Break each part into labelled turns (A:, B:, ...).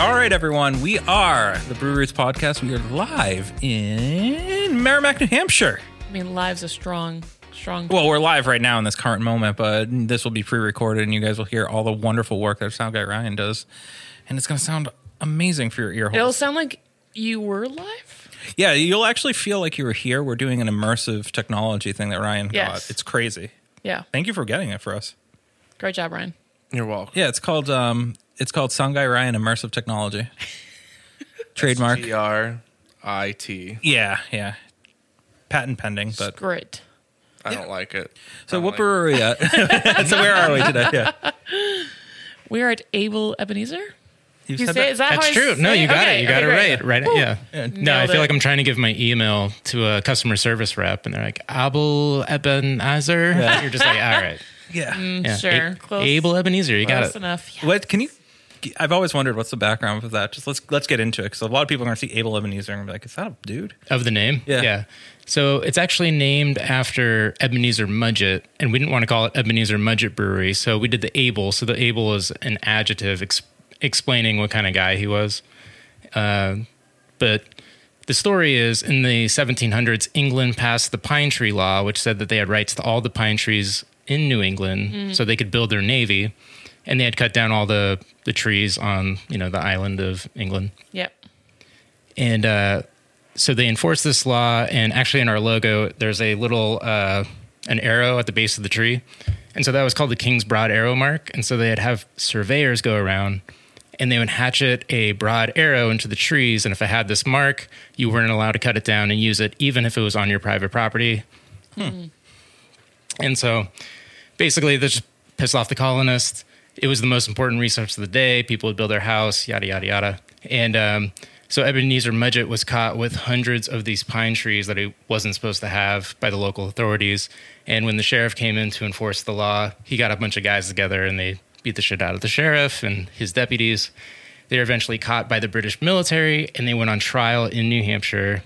A: All right, everyone. We are the Brew Roots Podcast. We are live in Merrimack, New Hampshire.
B: I mean, live's a strong, strong.
A: Well, we're live right now in this current moment, but this will be pre recorded and you guys will hear all the wonderful work that Sound Guy Ryan does. And it's going to sound amazing for your ear
B: It'll
A: holes.
B: sound like you were live.
A: yeah, you'll actually feel like you were here. We're doing an immersive technology thing that Ryan
B: Yes.
A: got. It's crazy.
B: Yeah,
A: Thank you for getting it for us.
B: great job, Ryan.
C: You're welcome.
A: Yeah, it's called um, it's called Sound Guy Ryan Immersive Technology. Trademark.
C: G R I T.
A: Yeah, yeah. Patent pending,
D: Uh,
A: but
B: Great.
C: I don't like it.
A: So
C: I'm
A: what
C: like-
A: brewery are we at? so where are we today? Yeah.
B: We are at Abel Ebenezer. You
A: said
B: say
A: that-
B: is that how
D: That's
B: I
D: true.
B: say
D: No, you got
B: Okay,
D: it. You got
B: okay,
D: it
B: great.
D: right. Right. Yeah. No, I
B: Nailed
D: feel
B: it.
D: like I'm trying to give my email to a customer service rep, and they're like Abel Ebenezer. You're just like, all right,
A: yeah.
D: yeah.
B: Mm, Sure.
D: A-
B: Close.
D: Abel Ebenezer. You got
B: Close
D: it. Uh,
B: enough. Yeah.
A: What can you? I've always wondered what's the background of that. Just let's let's get into it because a lot of people are going to see Abel Ebenezer and be like, "Is that a dude?"
D: Of the name.
A: Yeah.
D: So it's actually named after Ebenezer Mudgett, and we didn't want to call it Ebenezer Mudgett Brewery, so we did the Abel. So the Abel is an adjective ex- explaining what kind of guy he was. Uh, but the story is in the 1700s, England passed the pine tree law, which said that they had rights to all the pine trees in New England, so they could build their navy, and they had cut down all the the trees on you know the island of England,
B: Yep.
D: and uh, so they enforced this law. And actually, in our logo, there's a little uh, an arrow at the base of the tree, and so that was called the King's Broad Arrow Mark. And so they'd have surveyors go around and they would hatchet a broad arrow into the trees. And if it had this mark, you weren't allowed to cut it down and use it, even if it was on your private property. Hmm. And so basically, this just pissed off the colonists. It was the most important resource of the day. People would build their house, yada, yada, yada. And um, so Ebenezer Mudgett was caught with hundreds of these pine trees that he wasn't supposed to have by the local authorities. And when the sheriff came in to enforce the law, he got a bunch of guys together and they beat the shit out of the sheriff and his deputies. They were eventually caught by the British military and they went on trial in New Hampshire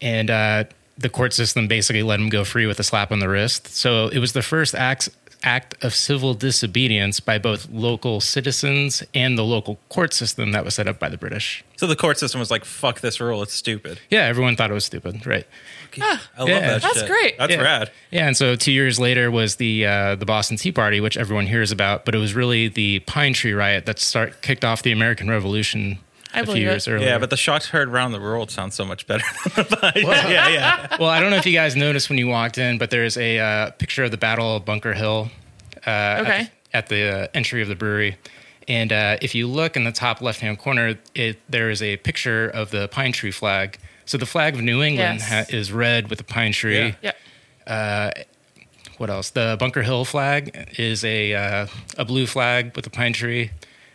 D: and uh, the court system basically let him go free with a slap on the wrist. So it was the first act act of civil disobedience by both local citizens and the local court system that was set up by the British.
A: So the court system was like, "Fuck this rule, it's stupid."
D: Yeah, everyone thought it was stupid, right?
A: I love
D: Yeah.
A: that.
B: Ah. That's
A: shit.
B: great.
A: That's
D: Yeah.
A: rad.
D: Yeah, and so two years later was the uh, the Boston Tea Party, which everyone hears about, but it was really the Pine Tree Riot that start kicked off the American Revolution
B: I
D: a few
B: believe it.
D: years earlier.
A: Yeah, but the shots heard around the world sounds so much better. Than the yeah, yeah, yeah.
D: well, I don't know if you guys noticed when you walked in, but there's a uh, picture of the Battle of Bunker Hill
B: Okay.
D: at the uh, entry of the brewery. And uh, if you look in the top left hand corner, it, there is a picture of the pine tree flag. So the flag of New England
B: Yes.
D: ha- is red with a pine tree.
A: Yeah.
B: Yep.
D: What else? The Bunker Hill flag is a, uh, a blue flag with a pine tree.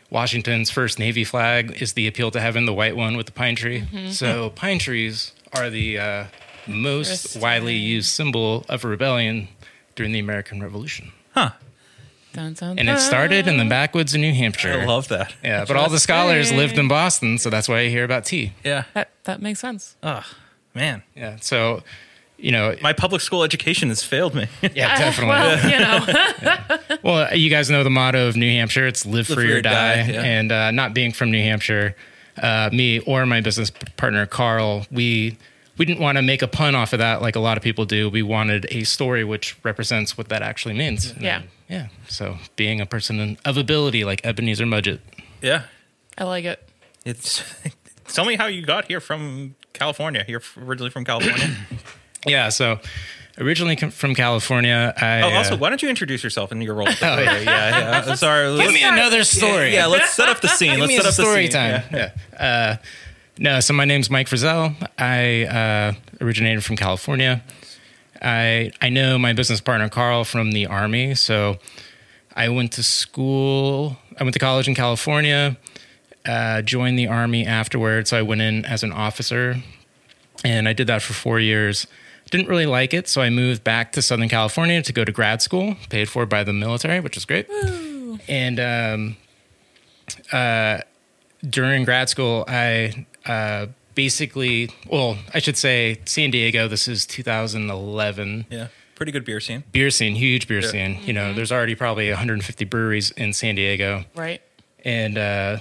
D: Washington's first Navy flag is the appeal to heaven, the white one with the pine tree. So pine trees are the uh, most
B: Interesting.
D: widely used symbol of rebellion during the American Revolution.
B: Dun, dun,
D: And it started in the backwoods of New Hampshire.
A: I love that.
D: Yeah, but all the scholars lived in Boston, so that's why you hear about tea.
A: Yeah.
B: That that makes sense.
A: Oh man,
D: Yeah, so you know,
A: my public school education has failed me.
D: yeah, definitely.
B: Well, you know,
D: Well, you guys know the motto of New Hampshire: it's "Live, free, or die."
A: yeah.
D: And uh, not being from New Hampshire, uh, me or my business p- partner Carl, we we didn't want to make a pun off of that like a lot of people do. We wanted a story which represents what that actually means. And,
B: Yeah.
D: yeah. So being a person of ability like Ebenezer Mudgett.
A: yeah.
B: I like it.
A: It's. Tell me how you got here from California. You're originally from California.
D: Yeah. So originally com- from California, I
A: Oh, also,
D: uh,
A: why don't you introduce yourself in your role? oh, yeah, yeah, yeah. Sorry.
D: give me another story.
A: Yeah, let's set up the scene.
D: Give
A: let's
D: me
A: set
D: a
A: up
D: story
A: the scene.
D: time. Yeah. Uh, no, so my name's Mike Frizzell. I uh, originated from California. I I know my business partner Carl from the army. So I went to school. I went to college in California. Uh, joined the army afterwards. So I went in as an officer, and I did that for four years. Didn't really like it, so I moved back to Southern California to go to grad school, paid for by the military, which is great. And um, during grad school, I uh, basically, well, I should say San Diego, this is 2011.
A: Yeah, pretty good beer scene.
D: Beer scene, huge beer scene. You know, there's already probably 150 breweries in San Diego.
B: Right.
D: And uh,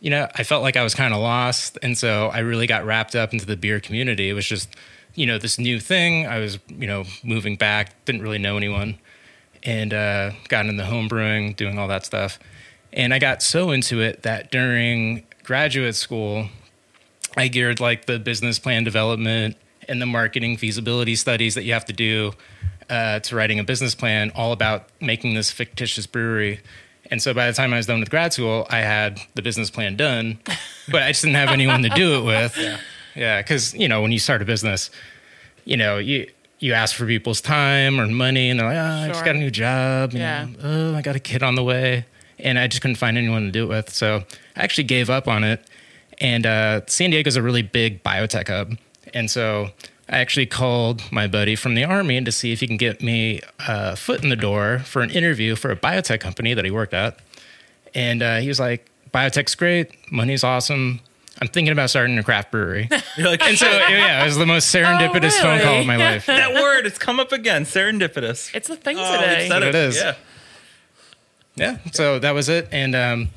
D: you know, I felt like I was kind of lost. And so I really got wrapped up into the beer community. It was just, you know, this new thing. I was, you know, moving back, didn't really know anyone, and uh, got into home brewing, doing all that stuff. And I got so into it that during graduate school, I geared like the business plan development and the marketing feasibility studies that you have to do uh, to writing a business plan, all about making this fictitious brewery. And so by the time I was done with grad school, I had the business plan done, but I just didn't have anyone to do it with. Yeah, because you know when you start a business, you know you you ask for people's time or money, and they're like, oh, I just
B: Sure.
D: got a new job, and
B: Yeah.
D: oh, I got a kid on the way, and I just couldn't find anyone to do it with. So I actually gave up on it. And uh, San Diego's a really big biotech hub, and so I actually called my buddy from the army to see if he can get me a foot in the door for an interview for a biotech company that he worked at. And uh, he was like, biotech's great. Money's awesome. I'm thinking about starting a craft brewery.
A: You're like,
D: and so, yeah, it was the most serendipitous phone
B: Oh, really?
D: call of my life.
A: that word, it's come up again. Serendipitous.
B: It's a thing
A: Oh,
B: today.
A: we've said
D: It is.
A: Yeah.
D: Yeah. So that was it. And um,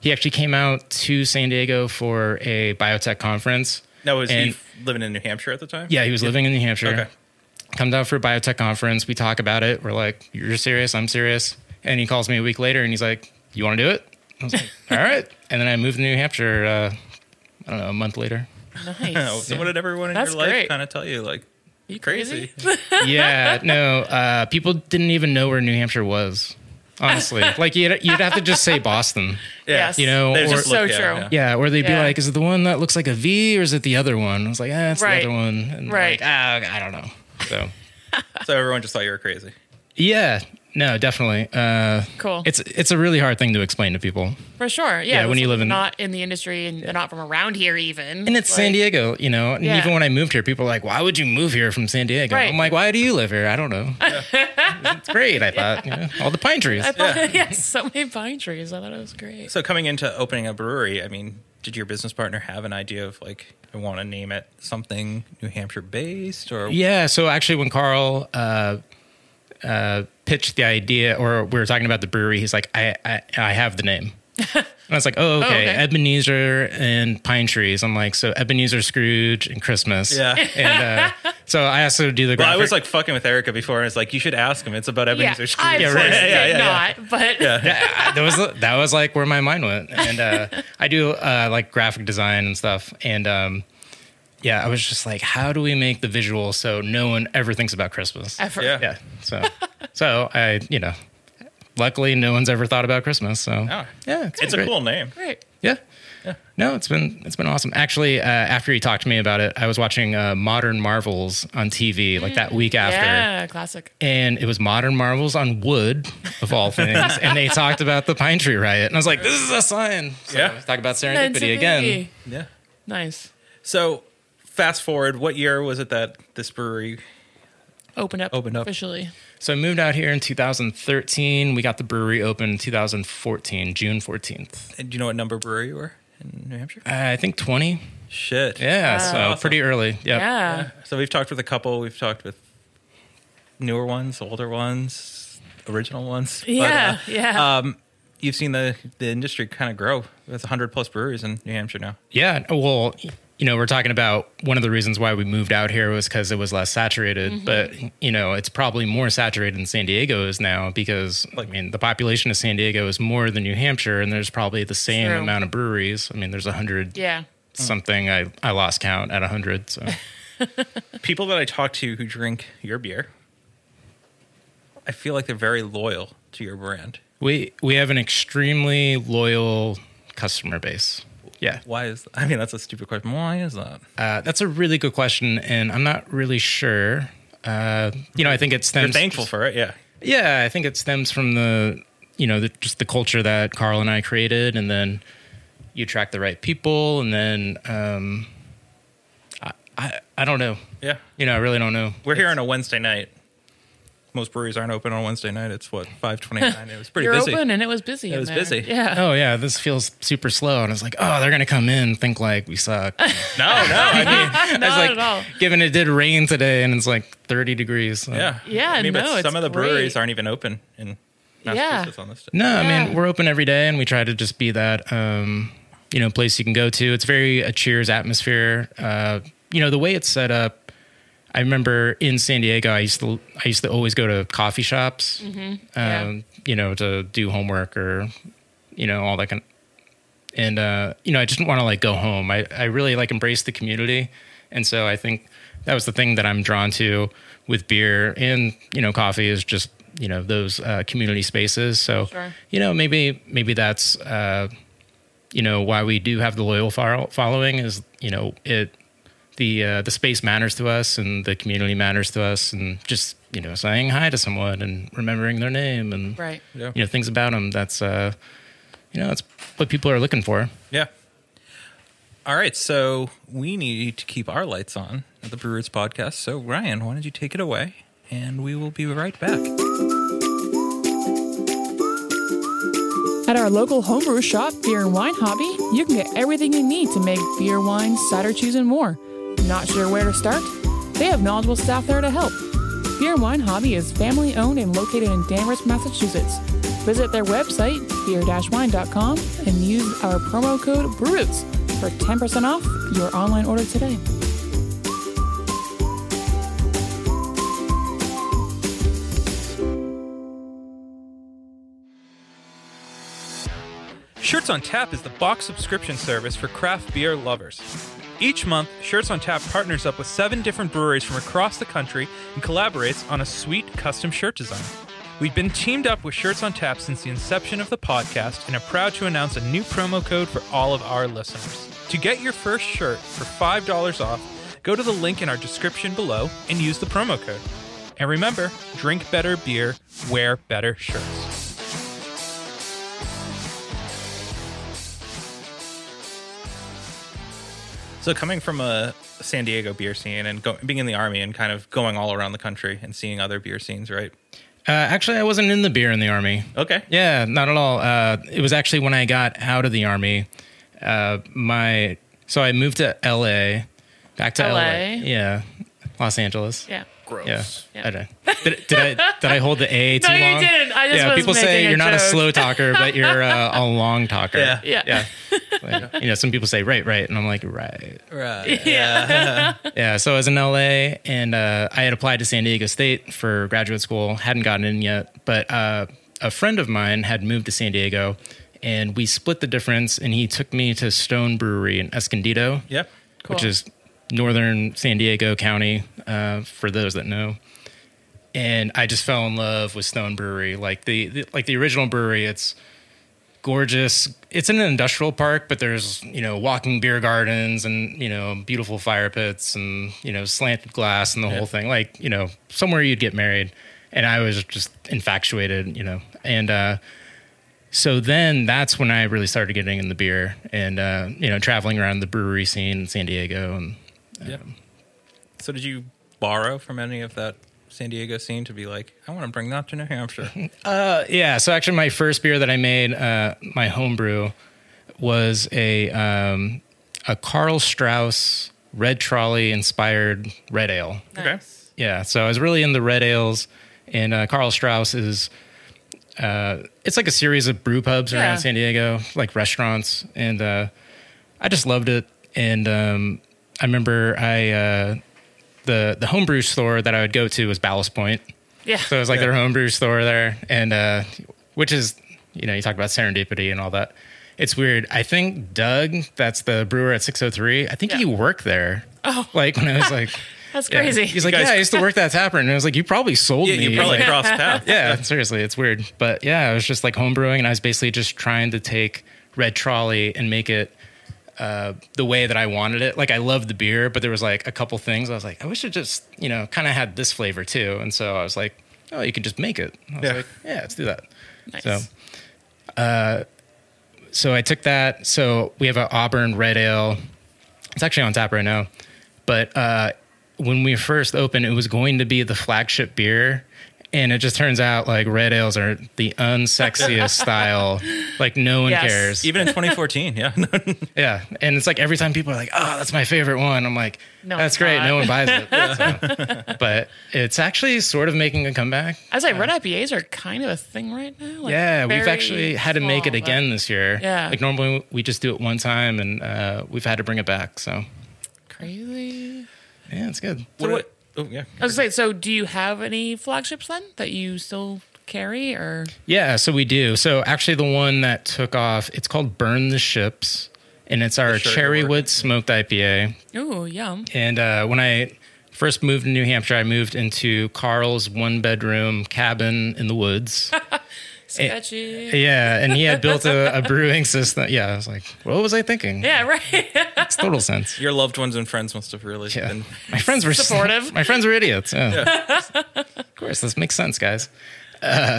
D: he actually came out to San Diego for a biotech conference.
A: Now, was
D: And-
A: he f- living in New Hampshire at the time?
D: Yeah, he was living in New Hampshire.
A: Okay.
D: Comes out for a biotech conference. We talk about it. We're like, you're serious. I'm serious. And he calls me a week later and he's like, you want to do it? I was like, all right. And then I moved to New Hampshire, uh, I don't know, a month later.
A: Oh,
B: Nice.
A: so what did everyone in
B: That's
A: your life
B: great.
A: kind of tell you? Like,
B: You
A: crazy.
D: yeah, no. Uh, people didn't even know where New Hampshire was. Honestly, like you'd, you'd have to just say Boston,
B: Yes.
D: you know,
A: They
D: or,
A: just
B: So
A: look,
B: true.
A: Yeah.
D: yeah, or they'd
B: Yeah.
D: be like, "Is it the one that looks like a V, or is it the other one?" I was like, "Ah, it's
B: Right.
D: the other one." And they're
B: Right.
D: Like, ah, I don't know. So,
A: yeah. So everyone just thought you were crazy.
D: yeah, no, definitely. Uh,
B: Cool.
D: It's it's a really hard thing to explain to people,
B: For sure. Yeah.
D: Yeah, when
B: it's
D: you live in-
B: not in the industry and they're not from around here even.
D: and it's San
B: Like,
D: Diego, you know. And
B: Yeah.
D: even when I moved here, people were like, "Why would you move here from San Diego?"
B: Right.
D: I'm like, "Why do you live here? I don't know." it's great, I thought. You know, all the pine trees.
B: I thought, yes, so many pine trees. I thought it was great.
A: So coming into opening a brewery, I mean, did your business partner have an idea of like, I want to name it something New Hampshire based or
D: Yeah. So actually, when Carl uh, uh, pitched the idea, or we were talking about the brewery, he's like, "I I, I have the name." and I was like, "Oh, okay.
B: okay.
D: Ebenezer and pine trees." I'm like, "So Ebenezer Scrooge and Christmas."
A: Yeah.
D: And uh, so I also do the.
A: Well, I
D: graphic-
A: was like fucking with Erica before, and it's like you should ask him. It's about
B: yeah.
A: Ebenezer Scrooge.
B: I of
D: Yeah,
B: course
D: right.
B: did
A: Yeah, yeah,
B: not, but
D: I- that was that was like where my mind went, and uh, I do uh, like graphic design and stuff, and um, yeah, I was just like, how do we make the visual so no one ever thinks about Christmas?
B: ever.
A: Yeah.
D: yeah. So, so I, you know, luckily no one's ever thought about Christmas. So,
A: Oh.
D: yeah, it's, been
A: It's a
D: great.
A: cool name.
B: Great.
D: Yeah. No, it's been it's been awesome. Actually, uh, after he talked to me about it, I was watching uh, Modern Marvels on TV like that
A: Mm,
D: week after,
B: Yeah, classic.
D: and it was Modern Marvels on wood of all things, and they talked about the pine tree riot, and I was like, this is a sign. So
A: Yeah.
D: talk about serendipity again.
A: Yeah.
B: Nice.
A: So fast forward, what year was it that this brewery?
B: Open up.
A: Opened up.
B: officially.
D: So I moved out here in 2013. We got the brewery open in 2014, June 14th.
A: Do you know what number brewery you were in New Hampshire?
D: I think 20.
A: Shit.
D: Yeah, so
A: Awesome.
D: pretty early. Yep.
B: Yeah.
A: So we've talked with a couple. We've talked with newer ones, older ones, original ones. But, uh,
B: Yeah. yeah.
A: um, you've seen the the industry kind of grow. There's 100 plus breweries in New Hampshire now.
D: Yeah. Well, you know, we're talking about one of the reasons why we moved out here was because it was less saturated,
A: Mm-hmm.
D: but you know, it's probably more saturated than San Diego is now because I mean, the population of San Diego is more than New Hampshire, and there's probably the same
B: True.
D: amount of breweries. I mean, there's a hundred
B: yeah.
A: Mm.
D: something. I I lost count at a hundred. So
A: People that I talk to who drink your beer, I feel like they're very loyal to your brand.
D: we we have an extremely loyal customer base. Yeah.
A: Why is? I mean, that's a stupid question. Why is that?
D: Uh, that's a really good question, and I'm not really sure. Uh, you know, I think it
A: You're
D: stems.
A: thankful for it, yeah.
D: Yeah, I think it stems from the you know the, just the culture that Carl and I created, and then you attract the right people, and then um, I, I I don't know.
A: Yeah.
D: You know, I really don't know.
A: We're here on a Wednesday night. Most breweries aren't open on Wednesday night. It's what five twenty nine. It was pretty
B: You're
A: busy.
B: open and it was busy. It
A: was busy.
B: Yeah.
D: Oh yeah, this feels super slow, and I was like, oh, they're gonna come in, and think like we suck. I
A: No, no. I mean,
B: Not
D: was like,
B: at all.
D: given it did rain today, and it's like 30 degrees. so-
A: yeah,
B: Yeah,
A: I mean,
B: no,
A: but
B: it's
A: some of the
B: great.
A: breweries aren't even open in Massachusetts on this. day.
D: No, I
B: Yeah.
D: mean we're open every day, and we try to just be that. Um, you know place you can go to. It's very a Cheers atmosphere. Uh, you know the way it's set up. I remember in San Diego, I used to I used to always go to coffee shops, um,
B: yeah.
D: you know, to do homework or you know all that kind. and uh, you know, I just didn't want to like go home. I I really like embrace the community, and so I think that was the thing that I'm drawn to with beer and you know coffee is just you know those uh, community spaces. So
B: Sure.
D: you know maybe maybe that's uh, you know why we do have the loyal fol- following is you know it the uh, the space matters to us and the community matters to us and just you know saying hi to someone and remembering their name and
B: Right.
A: Yeah.
D: you know things about them that's uh you know that's what people are looking for
A: Yeah. All right, so we need to keep our lights on at the Brewers Podcast. So Ryan, why don't you take it away, and we will be right back.
E: At our local homebrew shop, Beer and Wine Hobby, you can get everything you need to make beer, wine, cider, cheese, and more. Not sure where to start? They have knowledgeable staff there to help. Beer and Wine Hobby is family owned and located in Danvers, Massachusetts. Visit their website, beer-wine.com, and use our promo code BREWROOTS for 10% off your online order today.
A: Shirts on Tap is the box subscription service for craft beer lovers. Each month, Shirts on Tap partners up with seven different breweries from across the country and collaborates on a sweet custom shirt design. We've been teamed up with Shirts on Tap since the inception of the podcast and are proud to announce a new promo code for all of our listeners. To get your first shirt for $5 off, go to the link in our description below and use the promo code. And remember, drink better beer, wear better shirts. So coming from a San Diego beer scene and go, being in the army and kind of going all around the country and seeing other beer scenes, right?
D: uh actually i wasn't in the beer in the army
A: Okay.
D: Yeah, not at all. Uh, it was actually when I got out of the army. Uh, my so I moved to L.A. Back to L.A.
B: LA.
D: Yeah, Los Angeles.
B: Yeah.
C: Gross.
D: Yeah.
B: Yeah.
D: Okay. Did, did I did I hold the A too
B: No, you
D: long?
B: didn't. I just
D: yeah,
B: was
D: people say
B: making a
D: you're not a
B: joke.
D: slow talker, but you're uh, a long talker.
A: Yeah.
B: Yeah.
D: yeah. Like, you know, some people say right, right, and I'm like right.
A: Right.
D: Yeah, so I was in LA and uh, I had applied to San Diego State for graduate school, hadn't gotten in yet, but uh, a friend of mine had moved to San Diego and we split the difference and he took me to Stone Brewery in Escondido,
A: Yep.
B: Cool.
D: which is northern San Diego County, uh, for those that know. And I just fell in love with Stone Brewery. Like the, the like the original brewery, it's gorgeous. It's in an industrial park, but there's, you know, walking beer gardens and, you know, beautiful fire pits and, you know, slanted glass and the whole thing. Like, you know, somewhere you'd get married. And I was just infatuated, you know. And uh so then that's when I really started getting in the beer and uh, you know, traveling around the brewery scene in San Diego and
A: Yep. So did you borrow from any of that San Diego scene to be like, I want to bring that to New Hampshire?
D: yeah. So actually, my first beer that I made, uh, my homebrew, was a um, a Carl Strauss Red Trolley inspired red ale.
B: Nice.
D: Yeah. So I was really in the red ales, and uh, Carl Strauss is. Uh, it's like a series of brew pubs
B: Yeah.
D: around San Diego, like restaurants, and uh, I just loved it. And um, I remember I uh, the the homebrew store that I would go to was Ballast Point,
B: Yeah.
D: so it was like their homebrew store there, and uh, which is you know you talk about serendipity and all that. It's weird. I think Doug, that's the brewer at 603. I think
B: Yeah.
D: he worked there. Oh, like when I was like,
B: That's
D: yeah.
B: crazy.
D: He's like,
A: guys-
D: yeah, I used to work that tap room. And I was like, you probably sold
A: yeah,
D: me.
A: you probably
D: Like,
A: crossed paths.
D: yeah, seriously, it's weird. But yeah, I was just like homebrewing, and I was basically just trying to take Red Trolley and make it uh, the way that I wanted it. Like I loved the beer, but there was like a couple things I was like, I wish it just you know kind of had this flavor too. And so I was like, oh, you could just make it. I was
A: Yeah.
D: like, yeah, let's do that.
B: Nice.
D: So, uh, so I took that. So we have an Auburn Red Ale. It's actually on tap right now. But uh, when we first opened, it was going to be the flagship beer, And it just turns out like red ales are the unsexiest style. Like no one
B: Yes.
D: cares.
A: Even in 2014, yeah.
D: Yeah. And it's like every time people are like, oh, that's my favorite one. I'm like,
B: No,
D: that's
B: it's
D: great.
B: not.
D: No one buys it. So, but it's actually sort of making a comeback.
B: I was like, red IPAs are kind of a thing right now. Like,
D: yeah. We've
B: very
D: actually had to make it
B: small, but-
D: again this year.
B: Yeah.
D: Like normally we just do it one time and uh, we've had to bring it back. So
B: Crazy.
D: yeah, it's good.
A: So what- oh, yeah.
B: I was gonna say, so do you have any flagships then that you still carry or
D: Yeah, so we do. So actually, the one that took off, it's called "Burn the Ships," and it's our
A: shirt
D: cherry
A: word.
D: wood smoked IPA.
B: Ooh, yum.
D: And uh, when I first moved to New Hampshire, I moved into Carl's one bedroom cabin in the woods.
B: Sketchy.
D: yeah, and he had built a, a brewing system. Yeah, I was like, what was I thinking?
B: yeah, right.
D: Makes total sense.
A: Your loved ones and friends must have really
D: Yeah.
A: been.
D: My friends were
B: Supportive.
D: my friends were idiots. Yeah. of course, this makes sense, guys. Uh,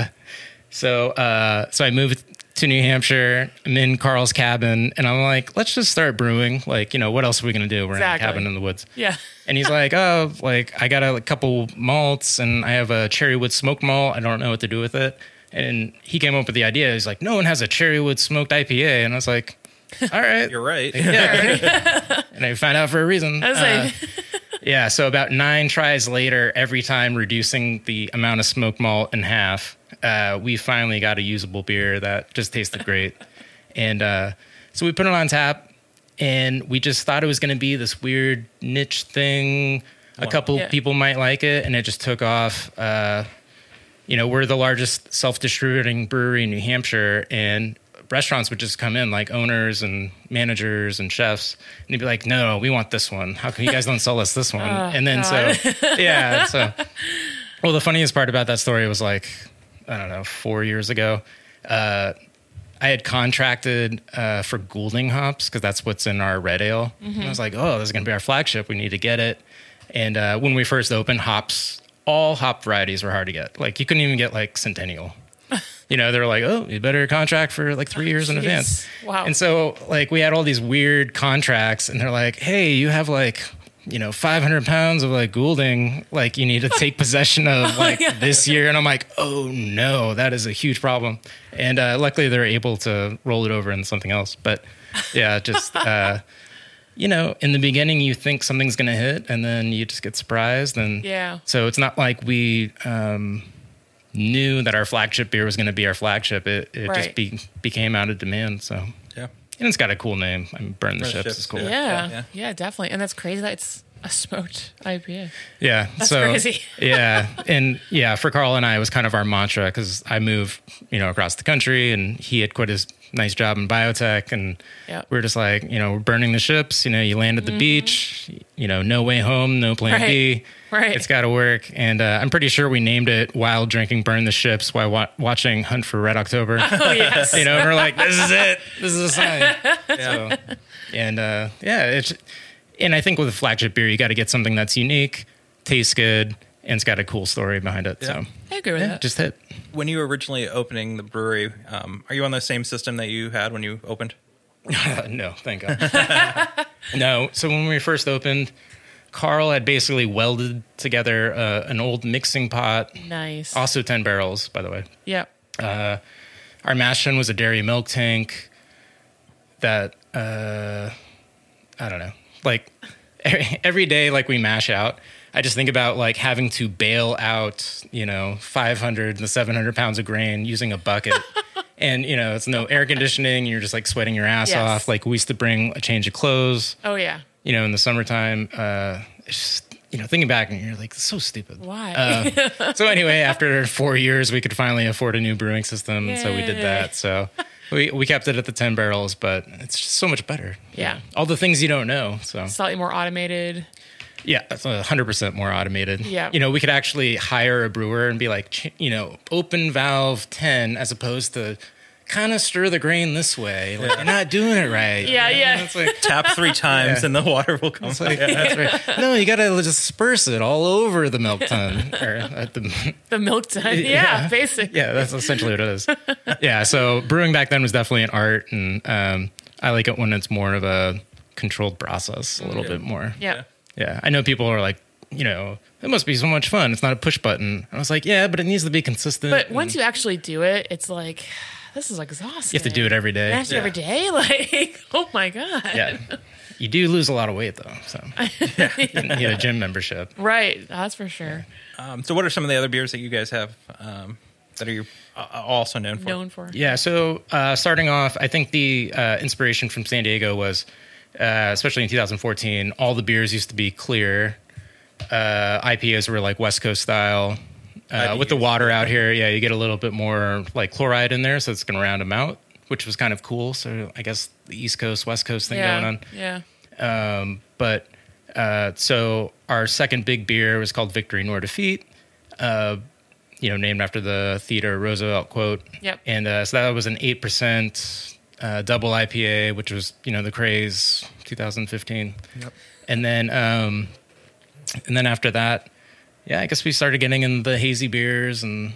D: so, uh, so I moved to New Hampshire. I'm in Carl's cabin, and I'm like, let's just start brewing. Like, you know, what else are we gonna do? We're
B: Exactly.
D: in a cabin in the woods.
B: yeah.
D: And he's like, oh, like I got a couple malts, and I have a cherry wood smoked malt. I don't know what to do with it. And he came up with the idea. He's like, no one has a cherry wood smoked IPA, and I was like, all right.
A: You're right.
D: and I found out for a reason.
B: I was
D: Uh,
B: like,
D: yeah, so about nine tries later, every time reducing the amount of smoke malt in half, uh, we finally got a usable beer that just tasted great. and uh, so we put it on tap, and we just thought it was going to be this weird niche thing. A couple
B: Yeah.
D: people might like it, and it just took off. Uh, you know, we're the largest self distributing brewery in New Hampshire, and restaurants would just come in, like owners and managers and chefs, and they'd be like, no, we want this one. How come you guys don't sell us this one? and then so, yeah. and So, well, the funniest part about that story was like, I don't know, four years ago. Uh, I had contracted uh, for Goulding hops because that's what's in our red ale. And
B: Mm-hmm.
D: I was like, oh, this is going to be our flagship. We need to get it. And uh, when we first opened, hops, all hop varieties were hard to get. Like you couldn't even get like Centennial. you know, they were like, oh, you better contract for like three years in
B: Oh, jeez.
D: advance.
B: Wow.
D: And so like we had all these weird contracts, and they're like, hey, you have like. You know, 500 pounds of like Goulding, like you need to take possession of like
B: Oh, yeah.
D: this year. And I'm like, oh no, that is a huge problem. And uh, luckily, they're able to roll it over into something else. But yeah, just, uh, you know, in the beginning, you think something's going to hit and then you just get surprised. And
B: Yeah.
D: So it's not like we um, knew that our flagship beer was going to be our flagship. It, it
B: Right.
D: just be, became out of demand. So, and
A: yeah.
D: it's got a cool name. I mean, Burn the Ships, is cool.
B: yeah,
D: Yeah.
B: yeah,
A: yeah.
B: definitely. And that's crazy that it's a smoked IPA. That's
D: so,
B: crazy.
D: yeah. And yeah, for Carl and I, it was kind of our mantra because I moved, you know, across the country and he had quit his nice job in biotech. And
B: Yeah. Mm-hmm.
D: we are just like, you know, we're burning the ships. You know, you land at the beach, you know, no way home, no plan
B: Right.
D: B.
B: Right.
D: It's got to work. And uh, I'm pretty sure we named it while drinking Burn the Ships while wa- watching Hunt for Red October.
B: Oh yes.
D: you know, and we're like, this is it. This is a sign. So, and uh, yeah, it's, and I think with a flagship beer, you got to get something that's unique, tastes good, and it's got a cool story behind it.
A: Yeah.
D: So
B: I agree with
D: yeah,
B: that.
D: just hit.
A: When you were originally opening the brewery, um, are you on the same system that you had when you opened?
D: no, thank God. no. So when we first opened, Carl had basically welded together uh, an old mixing pot,
B: nice.
D: also 10 barrels, by the way.
B: Yeah.
D: Our mash tun was a dairy milk tank that, uh, I don't know, like every, every day, like we mash out. I just think about like having to bail out, you know, 500 to 700 pounds of grain using a bucket. and, you know, it's no air conditioning. You're just like sweating your ass
B: Yes.
D: off. Like we used to bring a change of clothes
B: Oh yeah.
D: you know, in the summertime, uh, it's just, you know, thinking back and you're like, so stupid.
B: Why?
D: Uh, so anyway, after four years, we could finally afford a new brewing system. and So we
B: Yay.
D: did that. So we, we kept it at the 10 barrels, but it's just so much better.
B: Yeah.
D: All the things you don't know. So
B: Slightly more automated.
D: yeah, it's a hundred percent more automated.
B: Yeah.
D: You know, we could actually hire a brewer and be like, ch- you know, open valve 10 as opposed to kind of stir the grain this way. Like, You're not doing it right.
B: Yeah, yeah.
D: It's like,
A: Tap three times and the water will come.
D: It's like, that's right. No, you got to disperse it all over the milk ton. Or at the,
B: The milk done. Yeah, basic.
D: yeah, that's essentially what it is. Yeah, so brewing back then was definitely an art, and um, I like it when it's more of a controlled process, a little bit more.
B: Yeah.
D: Yeah, I know people are like, you know, it must be so much fun. It's not a push button. And I was like, yeah, but it needs to be consistent.
B: But
D: and
B: once you actually do it, it's like this is exhausting.
D: you have to do it every day.
B: I have to every day. Like, oh my god.
D: yeah. You do lose a lot of weight though. So And you get a gym membership.
B: Right. That's for sure.
A: Um, so, what are some of the other beers that you guys have um, that are you uh, also known for?
B: Known for.
D: Yeah. So uh, starting off, I think the uh, inspiration from San Diego was, uh, especially in 2014, all the beers used to be clear. Uh, IPAs were like West Coast style. Uh, with the
A: IPAs.
D: water out here, yeah, you get a little bit more like chloride in there, so it's gonna round them out, which was kind of cool. So I guess the East Coast, West Coast thing
B: yeah.
D: going on.
B: Yeah.
D: Um, but uh, so our second big beer was called Victory Nor Defeat, uh, you know, named after the Theodore Roosevelt quote.
B: Yep.
D: And uh, so that was an 8% uh, double IPA, which was, you know, the craze 2015. Yep. And then, um, and then after that, yeah, I guess we started getting in the hazy beers and,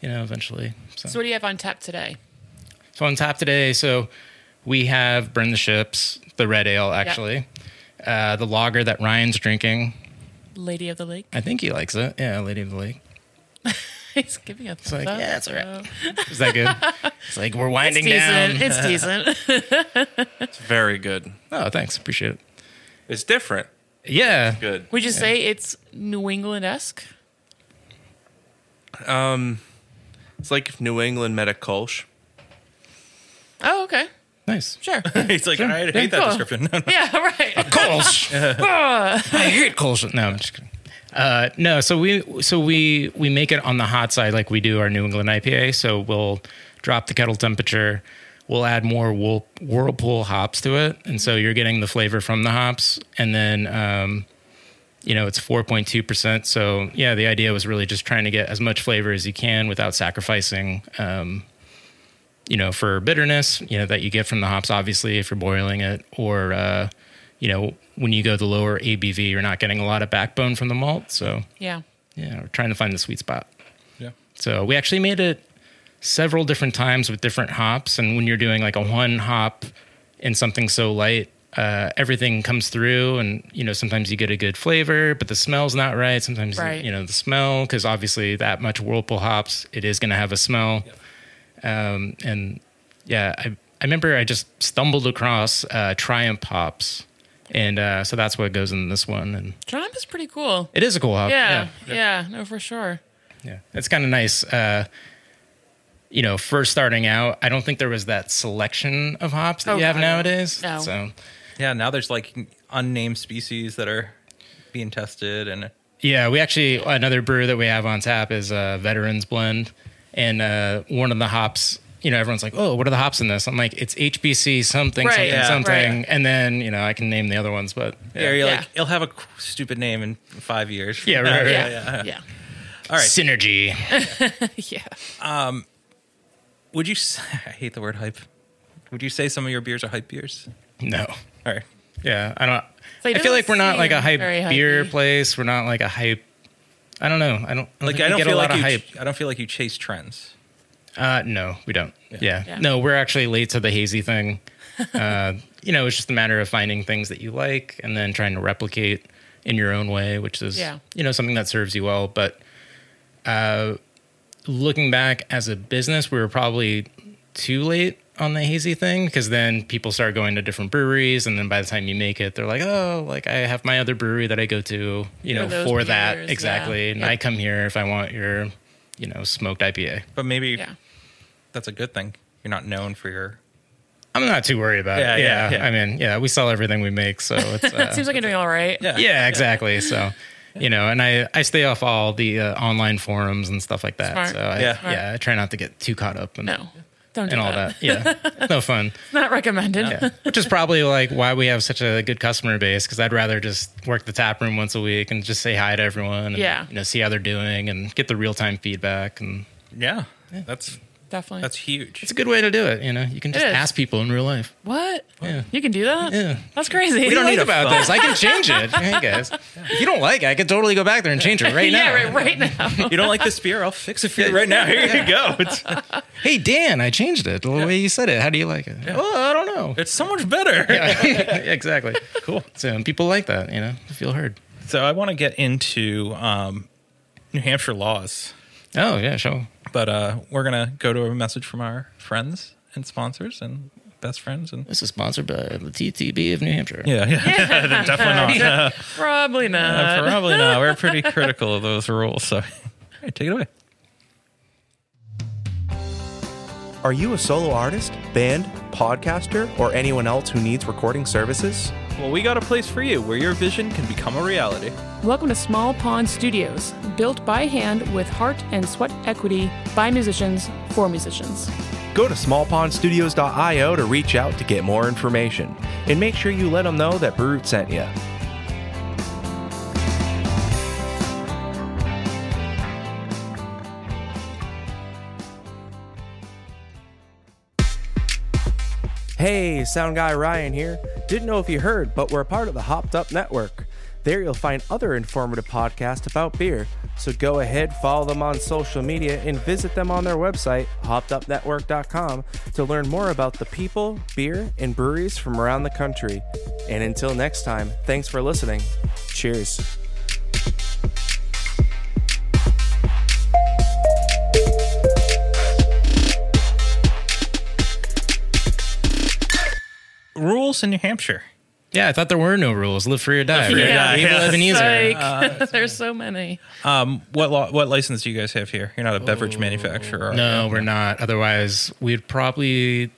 D: you know, eventually.
B: So what do you have on tap today?
D: So on top today, so we have Burn the Ships, the red ale, actually. Uh, the lager that Ryan's drinking.
B: Lady of the Lake.
D: I think he likes it. Yeah, Lady of the Lake.
B: He's giving a thumbs
D: like,
B: up.
D: yeah, that's all right.
B: so-
D: Is that good? it's like we're
B: It's
D: winding
B: decent.
D: down.
B: It's decent.
C: It's very good.
D: Oh, thanks. Appreciate it.
C: It's different.
D: Yeah.
C: Good.
B: Would you say it's New England esque?
C: It's like if New England met a Kolsch.
B: Oh, okay.
D: Nice.
B: Sure.
A: He's like, I hate that
B: Cool.
A: description. No, no.
B: yeah, right.
D: Kolsch. I hate Kolsch. No, I'm just kidding. Uh, no, so we so we we make it on the hot side like we do our New England IPA. So we'll drop the kettle temperature. We'll add more whirl, whirlpool hops to it, and so you're getting the flavor from the hops. And then, um, you know, it's 4.2 percent. So yeah, the idea was really just trying to get as much flavor as you can without sacrificing, um, you know, for bitterness, you know, that you get from the hops, obviously, if you're boiling it, or, uh, you know, when you go the lower ABV, you're not getting a lot of backbone from the malt. So,
B: Yeah.
D: yeah, we're trying to find the sweet spot.
A: Yeah.
D: So, we actually made it several different times with different hops. And when you're doing like a one hop in something so light, uh, everything comes through, and you know, sometimes you get a good flavor, but the smell's not right. Sometimes,
B: Right.
D: you know, the smell, because obviously, that much whirlpool hops, it is going to have a smell um, and yeah, I, I remember I just stumbled across uh, Triumph hops, and uh, so that's what goes in this one, and
B: Trump is pretty cool.
D: it is a cool hop.
B: Yeah. Yeah. No, for sure.
D: yeah, yeah. it's kind of nice. Uh, you know, first starting out, I don't think there was that selection of hops that
B: Oh,
D: you have
B: God, no.
D: nowadays.
B: No.
D: So
A: Yeah, now there's like unnamed species that are being tested, and
D: Yeah, we actually another brew that we have on tap is uh, Veterans Blend, and uh, one of the hops. You know, everyone's like, "Oh, what are the hops in this?" I'm like, "It's HBC something,
B: Right,
D: something,
B: yeah,
D: something,"
B: right.
D: and then you know, I can name the other ones, but
A: yeah, you're
B: Yeah.
A: like, it'll have a stupid name in five years.
D: Yeah, right, right.
B: Yeah. Yeah. Yeah.
A: All right.
D: synergy.
A: Would you? s- I hate the word hype. Would you say some of your beers are hype beers?
D: No,
A: All right.
D: yeah, I don't.
B: So it
D: I feel like
B: doesn't
D: we're not like
B: seem
D: a hype
B: very
D: beer
B: hypey.
D: place. We're not like a hype. I don't know. I don't I
A: Like
D: think
A: I
D: we
A: don't
D: get
A: feel
D: a lot
A: like you.
D: of hype.
A: I don't feel like you chase trends.
D: Uh, no, we don't. Yeah.
B: Yeah.
D: No, we're actually late to the hazy thing. Uh, you know, it's just a matter of finding things that you like and then trying to replicate in your own way, which is,
B: Yeah.
D: you know, something that serves you well. But uh, looking back as a business, we were probably too late on the hazy thing because then people start going to different breweries. And then by the time you make it, they're like, oh, like I have my other brewery that I go to, you know,
B: those
D: for that.
B: beers, yeah.
D: Exactly. And
B: Yep.
D: I come here if I want your, you know, smoked IPA.
A: But maybe
B: Yeah.
D: uh,
A: that's a good thing. You're not known for your.
D: I'm not too worried about
A: Yeah,
D: it.
A: yeah,
D: Yeah,
A: yeah.
D: I mean, yeah, we sell everything we make, so it's uh,
B: Seems like you're doing all right.
A: Yeah.
D: yeah, exactly. So, you know, and I I stay off all the uh, online forums and stuff like that.
B: Smart.
D: So I,
A: Yeah.
D: yeah,
A: Smart.
D: I try not to get too caught up in,
B: No. Don't do
D: in all that. Yeah, it's no fun.
B: Not recommended.
D: Yeah. Which is probably like why we have such a good customer base because I'd rather just work the tap room once a week and just say hi to everyone. And,
B: Yeah.
D: you know, see how they're doing and get the real time feedback and.
A: Yeah, that's
B: Definitely.
A: that's huge.
D: It's a good way to do it, you know. You can just
B: is.
D: ask people in real life.
B: what?
D: Yeah.
B: You can do that?
D: Yeah.
B: That's crazy.
D: We don't
A: like
D: need
A: a
D: about
A: phone.
D: this. I can change it. Hey guys, if you don't like it, I could totally go back there and change it right
B: yeah,
D: now.
B: right, right now.
A: you don't like this beer? I'll fix it for you right now. Here you go. It's,
D: Hey Dan, I changed it the way you said it. How do you like it? Oh, I don't know.
A: it's so much better.
D: exactly. Cool. So and people like that. You know, they feel heard.
A: So I want to get into um, New Hampshire laws,
D: Oh yeah, sure.
A: but uh, we're gonna go to a message from our friends and sponsors and best friends and
D: This is sponsored by the TTB of New Hampshire.
A: yeah, yeah, definitely not.
B: Probably
A: Uh,
B: not.
A: probably not. We're pretty critical of those rules. So, All right, take it away.
F: Are you a solo artist, band, podcaster, or anyone else who needs recording services?
A: Well, we got a place for you where your vision can become a reality.
E: Welcome to Small Pond Studios, built by hand with heart and sweat equity by musicians for musicians.
F: Go to smallpondstudios.io to reach out to get more information and make sure you let them know that Brute sent you. Hey, Sound Guy Ryan here. Didn't know if you heard, but we're a part of the Hopped Up Network. There you'll find other informative podcasts about beer, so go ahead, follow them on social media, and visit them on their website, hoppedupnetwork.com, to learn more about the people, beer, and breweries from around the country. And until next time, thanks for listening. Cheers.
A: Rules in New Hampshire.
D: Yeah, I thought there were no rules. Live free or die.
A: free or
D: right?
A: die,
D: Evil
A: yeah.
D: Ebenezer.
B: Like,
A: Uh,
B: there's so many.
A: Um, what law, what license do you guys have here? You're not a beverage manufacturer. are
D: No, we're not. Otherwise, we'd probably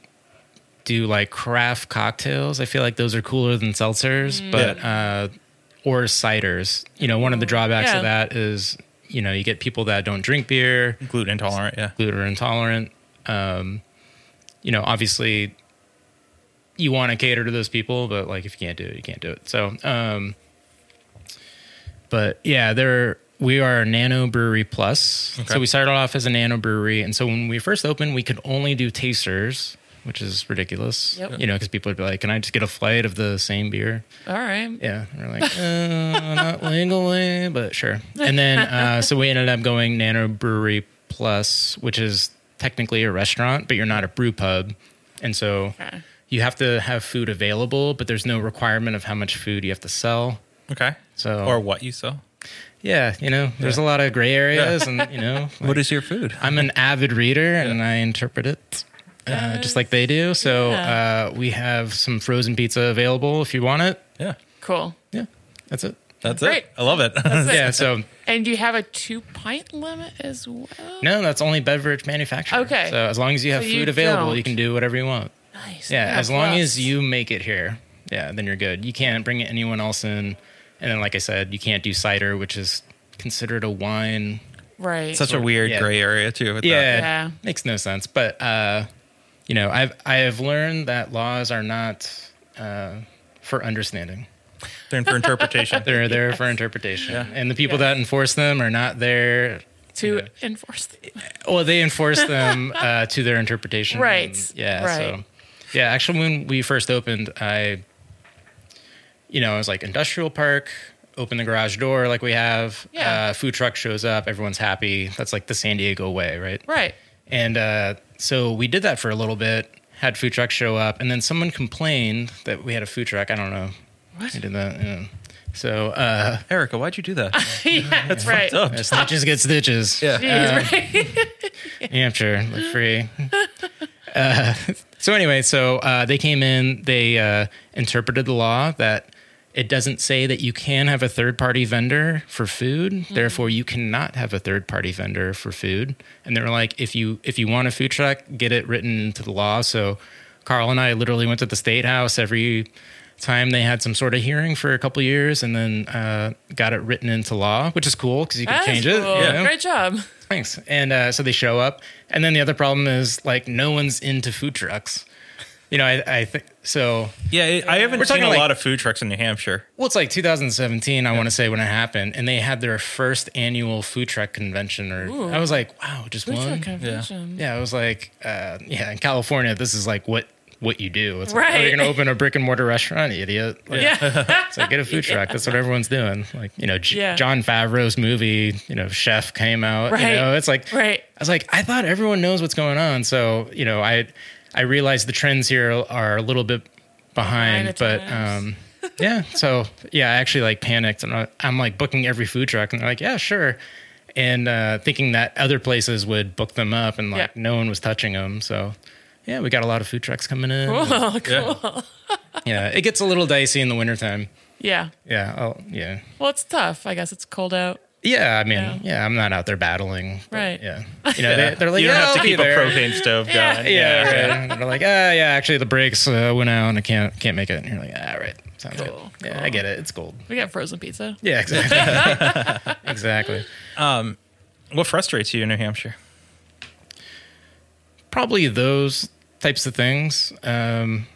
D: do like craft cocktails. I feel like those are cooler than seltzers, but uh, or ciders. You know, one of the drawbacks
B: Yeah.
D: of that is you know you get people that don't drink beer,
A: you? gluten intolerant. Yeah.
D: gluten intolerant. Um, you know, obviously, you want to cater to those people, but like if you can't do it, you can't do it. So, um, but yeah, there we are a nano brewery plus.
A: Okay.
D: So we started off as a nano brewery, and so when we first opened, we could only do tasters, which is ridiculous.
B: Yep.
D: You know, because people would be like, "Can I just get a flight of the same beer?"
B: All right.
D: Yeah, and we're like, uh, not legally, but sure. And then, uh, so we ended up going Nano Brewery Plus, which is technically a restaurant, but you're not a brew pub, and so
B: Okay.
D: you have to have food available, but there's no requirement of how much food you have to sell.
A: Okay.
D: So,
A: Or what you sell?
D: yeah, you know, there's a lot of gray areas, and you know,
A: What is your food?
D: I'm an avid reader and I interpret it uh, just like they do. So uh, we have some frozen pizza available if you want it.
A: Yeah.
B: Cool.
D: Yeah, that's it.
A: That's
B: Great.
A: it. I love it.
D: Yeah, so
B: And you have a two pint limit as well.
D: No, that's only beverage manufacturer.
B: Okay.
D: So as long as you have
B: So
D: food
B: you
D: available,
B: don't.
D: you can do whatever you want.
B: Nice.
D: Yeah, as long
B: plus.
D: as you make it here, yeah, then you're good. You can't bring anyone else in. And then, like I said, you can't do cider, which is considered a wine.
B: right.
A: Such a weird
D: Yeah.
A: gray area too. With
D: Yeah,
B: Yeah.
D: makes no sense. But uh, you know, I've I have learned that laws are not uh, for understanding;
A: that. they're in for interpretation.
D: they're there for interpretation. And the people that enforce them are not there.
B: to enforce the
D: Well, they enforce them uh, to their interpretation.
B: Right,
D: And, yeah.
B: right.
D: So, yeah. Actually, when we first opened, I, you know, I was like industrial park. Open the garage door like we have.
B: Yeah.
D: Uh, food truck shows up. Everyone's happy. That's like the San Diego way, right?
B: right.
D: And uh, so we did that for a little bit. Had food trucks show up, and then someone complained that we had a food truck. I don't know.
B: What?
D: I did that. Yeah. So uh,
A: Erica, why'd you do that?
B: yeah, that's right.
A: up.
D: snitches get stitches.
A: Yeah.
B: Jeez, right.
D: Hampshire, like free. uh, so anyway, so uh, they came in. They uh, interpreted the law that it doesn't say that you can have a third party vendor for food.
B: Mm-hmm.
D: Therefore, you cannot have a third party vendor for food. And they were like, if you if you want a food truck, get it written into the law. So Carl and I literally went to the state house every time they had some sort of hearing for a couple years and then uh, got it written into law which is cool because you can
B: That is
D: change it
B: cool.
D: you know?
B: Great job.
D: Thanks. And uh, so they show up, and then the other problem is like no one's into food trucks. You know, I, I think so.
A: Yeah, it- I haven't
D: We're
A: seen
D: talking
A: a
D: like-
A: lot of food trucks in New Hampshire.
D: Well, it's like 2017, I want to say when it happened, and they had their first annual food truck convention. Or I was like, wow, just
B: Good
D: one.
B: job, confusion.
D: Yeah, I was like, uh, yeah, in California, this is like what what you do. It's like, oh,
B: Right.
D: you're gonna open a brick and mortar restaurant, you idiot. Like,
B: Yeah.
D: It's like get a food truck. That's what everyone's doing. Like you know, J-
B: Yeah.
D: John Favreau's movie, you know, Chef came out.
B: Right.
D: You know, it's like
B: Right.
D: I was like, I thought everyone knows what's going on. So you know, I I realized the trends here are a little bit
B: Behind
D: behind,
B: the
D: but
B: times.
D: um, yeah. So yeah, I actually like panicked and I, I'm like booking every food truck and they're like, yeah, sure. And uh, thinking that other places would book them up and like
B: Yeah.
D: no one was touching them. So yeah, we got a lot of food trucks coming in.
B: Oh,
A: Yeah.
B: cool.
D: Yeah. It gets a little dicey in the wintertime.
B: Yeah.
D: Yeah. Oh yeah.
B: Well, it's tough. I guess it's cold out.
D: Yeah. I mean,
B: Yeah.
D: yeah, I'm not out there battling. but
B: Right.
D: Yeah. You know, They, they're like,
G: you don't
D: yeah,
G: have to
D: I'll be
G: keep a
D: there.
G: propane stove going.
B: Yeah.
D: Yeah, right. And they're like, ah, yeah, actually the brakes uh, went out and I can't can't make it. And you're like, ah, right, sounds good.
B: Cool,
D: Yeah, I get it. It's gold.
B: We got frozen pizza.
D: Yeah, exactly. exactly.
G: What frustrates you in New Hampshire?
D: Probably those types of things. Um,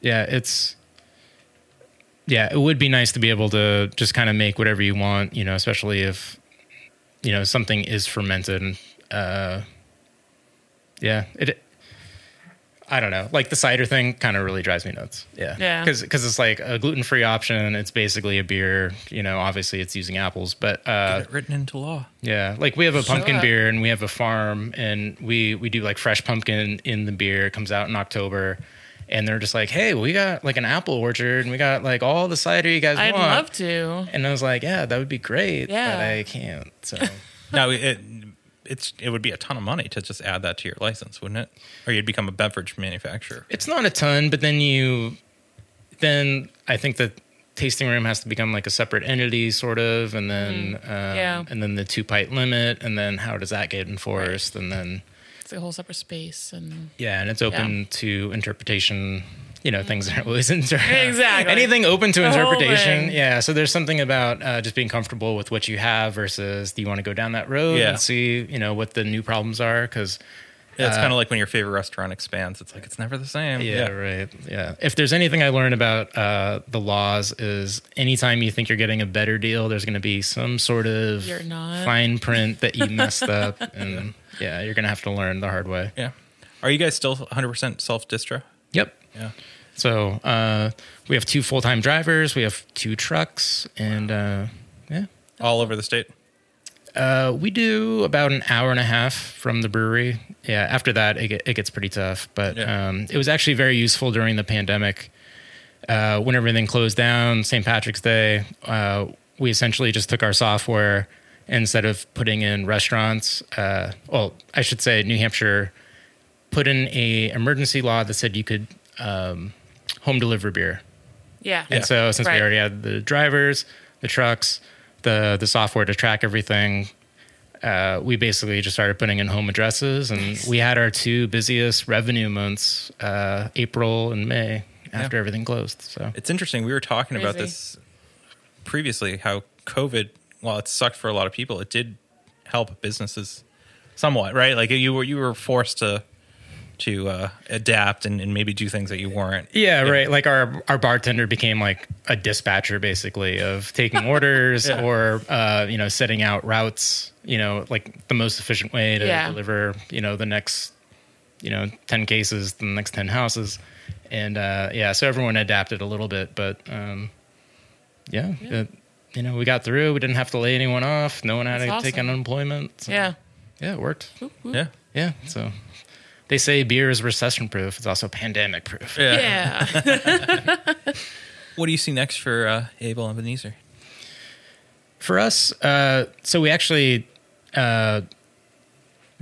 D: yeah, it's. Yeah, it would be nice to be able to just kind of make whatever you want, you know, especially if, you know, something is fermented. Uh, yeah, it. I don't know. Like the cider thing kind of really drives me nuts. Yeah.
B: Yeah.
D: Cause, 'cause it's like a gluten free option. It's basically a beer. You know, obviously it's using apples, but uh,
A: written into law.
D: Yeah, like we have a pumpkin
B: up.
D: beer and we have a farm and we we do like fresh pumpkin in the beer. It comes out in October, and they're just like, "Hey, we got like an apple orchard and we got like all the cider you guys
B: I'd
D: want."
B: love to.
D: And I was like, "Yeah, that would be great."
B: Yeah.
D: but I can't. So
A: Now it it's it would be a ton of money to just add that to your license, wouldn't it? Or you'd become a beverage manufacturer.
D: it's not a ton, but then you, then I think the tasting room has to become like a separate entity, sort of, and then um,
B: Mm-hmm. yeah.
D: and then the two pint limit, and then how does that get enforced, and then.
B: It's a whole separate space and
D: Yeah, and it's open to interpretation. You know, things aren't always inter-
B: Exactly.
D: anything open to
B: The whole
D: interpretation.
B: thing.
D: Yeah, so there's something about uh, just being comfortable with what you have versus do you want to go down that road
A: Yeah.
D: and see you know what the new problems are because
A: It's kind of like when your favorite restaurant expands. It's like it's never the same.
D: yeah, right. Yeah. If there's anything I learned about uh, the laws is anytime you think you're getting a better deal, there's going to be some sort of
B: You're not.
D: fine print that you messed up, and yeah, you're going to have to learn the hard way.
A: Yeah. Are you guys still 100% self distro?
D: Yep.
A: Yeah.
D: So uh, we have two full time drivers, we have two trucks, and uh, yeah,
A: All over the state?
D: uh, we do about an hour and a half from the brewery. Yeah, after that it, get, it gets pretty tough, but
A: Yeah.
D: um, it was actually very useful during the pandemic. Uh, when everything closed down, St. Patrick's Day, uh, we essentially just took our software instead of putting in restaurants. Uh, well, I should say New Hampshire put in a emergency law that said you could um, home deliver beer.
B: yeah.
D: And so since
B: Right.
D: we already had the drivers, the trucks, the the software to track everything, uh, we basically just started putting in home addresses, and we had our two busiest revenue months, uh, April and May, after everything closed. So
A: It's interesting. We were talking about
B: Crazy.
A: this previously how COVID, while it sucked for a lot of people, it did help businesses somewhat, right? Like you were you were forced to to uh, adapt and, and maybe do things that you weren't.
D: yeah, right. Like our our bartender became like a dispatcher, basically, of taking orders or uh, you know setting out routes. You know, like the most efficient way to
B: Yeah.
D: deliver. You know, the next you know 10 cases the next 10 houses and uh yeah so everyone adapted a little bit but um yeah, it- you know we got through we didn't have to lay anyone off no one had
B: That's
D: to take
B: awesome.
D: unemployment so,
B: Yeah.
D: yeah it worked
A: Yeah.
D: yeah so they say beer is recession proof it's also pandemic proof
A: Yeah.
B: Yeah.
A: What do you see next for uh, Abel and Ebenezer?
D: for us uh so we actually uh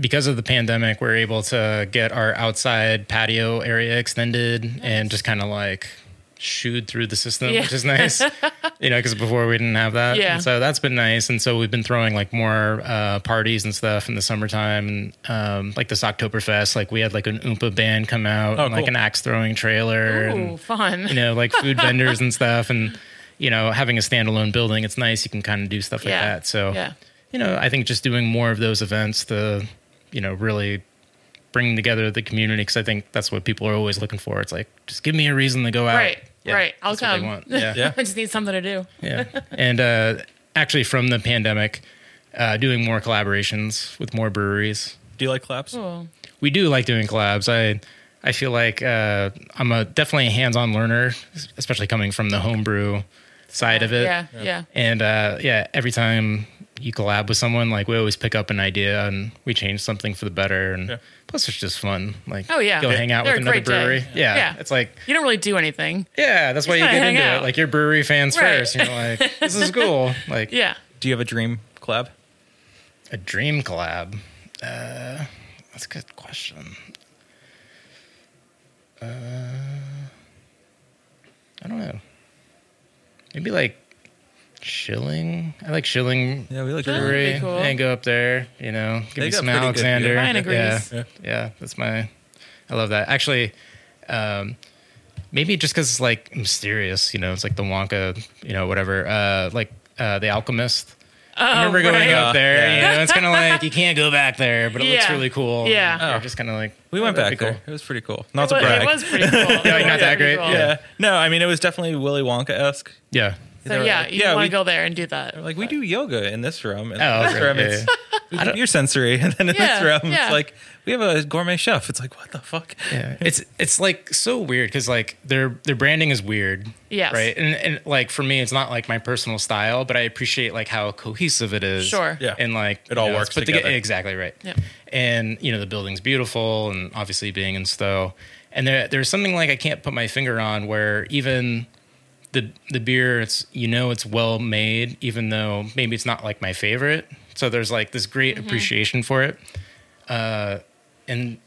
D: because of the pandemic, we're able to get our outside patio area extended and just kind of like shooed through the system,
B: Yeah.
D: which is nice. you know, because before we didn't have that.
B: Yeah.
D: And so that's been nice. And so we've been throwing like more uh, parties and stuff in the summertime. And um, like this Oktoberfest, like we had like an Oompa band come out,
A: Oh,
D: and, like
A: cool.
D: an axe throwing trailer.
B: Ooh,
D: and,
B: fun.
D: you know, like food vendors and stuff. And, you know, having a standalone building, it's nice. You can kind of do stuff like
B: Yeah.
D: that. So,
B: Yeah.
D: you know, I think just doing more of those events to, you know, really bring together the community because I think that's what people are always looking for. It's like, just give me a reason to go out.
B: Right. Right. I'll
D: uh, That's what they
B: come.
D: want. Yeah.
A: Yeah.
B: I just need something to do.
D: yeah. And uh, actually, from the pandemic, uh, doing more collaborations with more breweries
A: Do you like claps?
B: Cool.
D: we do like doing collabs. I I feel like uh, I'm a definitely a hands-on learner, especially coming from the homebrew side of it.
B: Yeah. Yeah.
D: And uh, yeah, every time you collab with someone, like we always pick up an idea and we change something for the better. And
G: Yeah.
D: plus, it's just fun. Like,
B: Oh, yeah.
D: go hang out
B: They're
D: with
B: a
D: another
B: great day.
D: brewery. Yeah.
B: Yeah.
D: it's like
B: You don't really do anything.
D: yeah, that's why you
B: gotta
D: get
B: hang
D: into
B: out.
D: it. Like you're brewery fans
B: Right.
D: first. You're like, this is cool. Like
B: Yeah.
G: Do you have a dream collab?
D: a dream collab. Uh, that's a good question. Uh, I don't know. Maybe like Shilling. I like Shilling
G: Yeah, we like
B: Sure.
G: brewery.
B: Oh, That'd
D: brewery
B: be cool.
D: and go up there, you know, give
G: They
D: me
G: got
D: some
G: pretty good
D: Alexander.
G: beer.
B: Ryan
D: Yeah.
B: agrees.
D: yeah. that's my, I love that. Actually, um, maybe just because it's like mysterious, you know, it's like the Wonka, you know, whatever, uh, like uh, The Alchemist. I remember going
B: Oh, right.
D: up there,
G: Yeah.
D: you know, it's kind of like you can't go back there, but it looks
B: Yeah.
D: really cool.
B: Yeah.
D: And you're
G: Oh.
D: just kind of like,
G: We
D: oh,
G: went
D: that'd be
G: back there.
D: cool.
G: It was pretty cool. Not
B: it,
G: to
B: was,
G: brag.
B: it was pretty cool.
D: like, not
B: It was
D: that
B: pretty
D: great.
B: cool.
G: yeah. No, I mean it was definitely Willy Wonka esque.
D: Yeah.
B: So yeah, you
G: yeah,
B: want
G: we-
B: to go there and do that.
G: Like we do yoga in this room. And
D: Oh,
G: in this
D: okay.
G: room,
D: Yeah,
G: it's
D: yeah.
G: we do beer sensory, and then in
B: Yeah,
G: this room,
B: yeah.
G: it's like we have a gourmet chef. It's like what the fuck?
D: Yeah. It's it's like so weird because like their their branding is weird.
B: Yes.
D: Right. And and like for me, it's not like my personal style, but I appreciate like how cohesive it is.
B: Sure.
G: Yeah.
D: And like
G: It all
D: it's
G: works
D: put toge-
G: together.
D: exactly right.
B: Yep.
D: And you know the building's beautiful, and obviously being in Stowe, and there there's something like I can't put my finger on where even. The, the beer it's you know it's well made even though maybe it's not like my favorite so there's like this great appreciation for it Uh, and